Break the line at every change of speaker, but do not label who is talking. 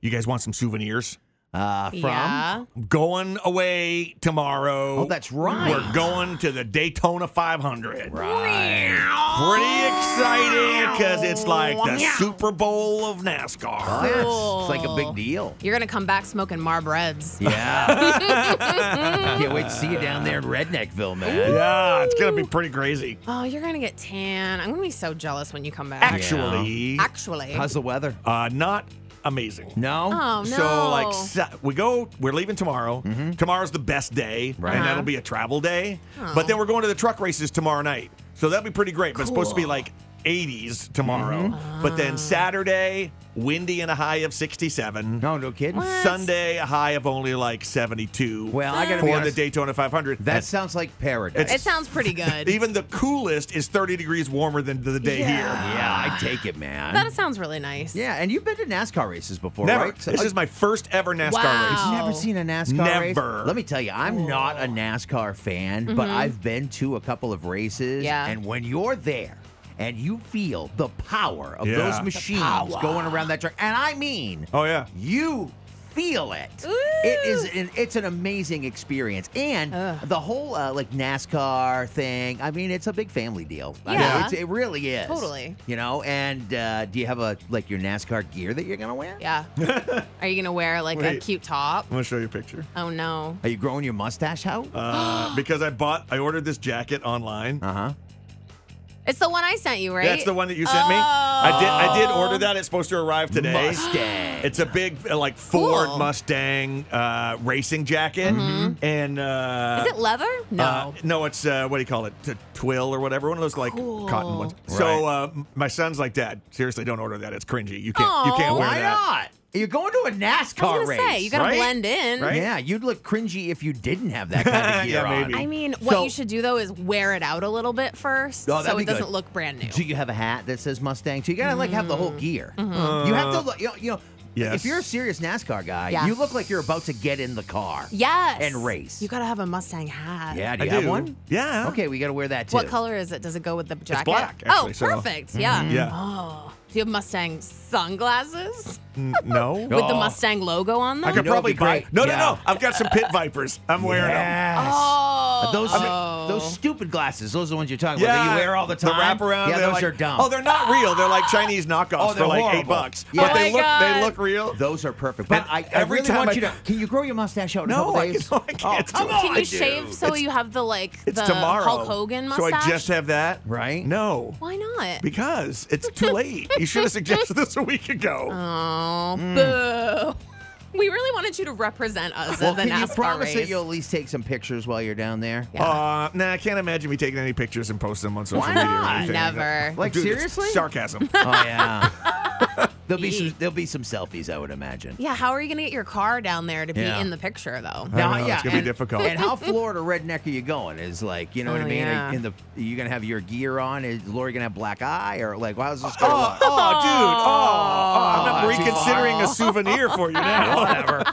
You guys want some souvenirs?
Uh, from
Yeah.
I'm going away tomorrow.
Oh, that's right.
We're going to the Daytona 500.
Right. Oh.
Pretty exciting because it's like the Super Bowl of NASCAR.
Yes, It's like a big deal.
You're gonna come back smoking Marbreds.
Yeah. Can't wait to see you down there in Redneckville, man.
Yeah, it's gonna be pretty crazy.
Oh, you're gonna get tan. I'm gonna be so jealous when you come back.
Actually,
Actually.
How's the weather?
uh, not amazing.
No.
Oh no.
So like sa- we go, we're leaving tomorrow. Tomorrow's the best day,
Mm-hmm. Right.
and
Uh-huh.
that'll be a travel day. But then we're going to the truck races tomorrow night, so that'll be pretty great. But it's supposed to be like 80s tomorrow.
Mm-hmm.
But then Saturday, windy and a high of 67.
No, no kidding.
What?
Sunday, a high of only like 72.
Well, I gotta
for
be
the
honest.
Daytona 500.
that sounds like paradise.
it sounds pretty good.
even the coolest is 30 degrees warmer than the day here.
yeah, Ah, I take it, man.
that sounds really nice.
yeah, and you've been to NASCAR races before,
Never.
right? So-
This is my first ever NASCAR
Wow.
race.
You've
Oh.
never seen a NASCAR race?
Never.
Let me tell you, I'm not a NASCAR fan, but I've been to a couple of races.
Mm-hmm. Yeah.
And when you're there and you feel the power of
Yeah.
those
The
machines going around that track, and I mean,
Oh yeah.
you feel it. It is an it's an amazing experience, and the whole uh, like NASCAR thing. I mean, it's a big family deal. I mean,
Yeah.
it's, it really is.
Totally.
You know, and uh, do you have a like your NASCAR gear that you're gonna wear?
Yeah. Are you gonna wear like a
Wait.
cute top?
I'm gonna show you a picture.
Oh no.
Are you growing your mustache out?
Uh, because I bought, I ordered this jacket online.
Uh huh.
It's the one I sent you, right? Oh.
That's the one that you sent me. I did. I did order that. It's supposed to arrive today.
Oh. Mustang.
It's a big, uh, like Ford
Cool.
Mustang uh, racing jacket,
Mm-hmm.
and uh,
Is it leather? No.
uh, no, it's uh, what do you call it? T- twill or whatever. One of those like cotton ones.
Cool.
So
Right.
uh, m- my son's like, Dad, seriously, don't order that. It's cringy. You can't. you
Aw.
can't wear
Oh, Why
that.
not? You're going to a NASCAR
I was gonna
race.
say you gotta
right?
blend in.
Right?
Yeah, you'd look cringy if you didn't have that kind of gear
Yeah,
on.
maybe.
I mean, what
So-
you should do though is wear it out a little bit first,
Oh, that'd
so
be
it doesn't
good.
look brand new.
Do you have a hat that says Mustang? So you gotta like have the whole gear.
Mm-hmm.
you have to look. You know, you know
Uh, Yes.
if you're a serious NASCAR guy,
Yeah.
you look like you're about to get in the car.
yes.
And race.
You gotta have a Mustang hat.
Yeah. Do
I
you have
do.
one?
Yeah.
Okay, we gotta wear that too.
What color is it? Does it go with the jacket?
black,
oh,
actually, so- Mm-hmm.
perfect. Yeah.
Yeah.
Oh. Do you have Mustang sunglasses
N- no.
with the
Oh.
Mustang logo on
I
them?
could
know, it'd
probably
be
buy.
great.
No,
Yeah.
no, no. I've got some pit vipers. I'm wearing them.
Yes.
Oh.
Those,
Oh.
those stupid glasses. Those are the ones you're talking about that you wear all the time.
The wraparound.
Yeah,
they're
those
like-
are dumb.
Oh, they're not real. They're like Chinese knockoffs
Oh,
for
they're
like eight
horrible.
bucks.
Yeah.
But they
Oh my
look they
God.
look real.
those are perfect. But
And
I, I
every
really
time
want
I-
you to. Can you grow your mustache out in a
No,
couple
I
days?
can't- I can't
Oh, come
do it.
on,
Can you
dude.
shave so
It's-
you have the like
It's
the
tomorrow.
Hulk Hogan mustache?
So I just have that.
Right.
No.
Why not?
Because it's too late. You should have suggested this a week ago.
oh,
Mm.
boo. We really wanted you to represent us
Well,
at the
can you
NASCAR
promise
race.
that you'll at least take some pictures while you're down there?
Yeah.
Uh, nah, I can't imagine me taking any pictures and posting them on social
Why
media or
not?
anything.
Never.
Like,
Dude, it's
seriously?
Sarcasm.
Oh yeah. there'll be some
Yeet.
there'll be some selfies, I would imagine.
Yeah, how are you gonna get your car down there to be
Yeah.
in the picture though?
I know, it's gonna be difficult.
And how Florida redneck are you going? Is like, you know what I
Oh,
mean?
yeah.
Are, in the, are you gonna have your gear on? Is Lori gonna have black eye or like, how's this going?
Oh, oh, dude. Oh, oh, I'm not
Oh, too far.
reconsidering a souvenir for you now.
Whatever.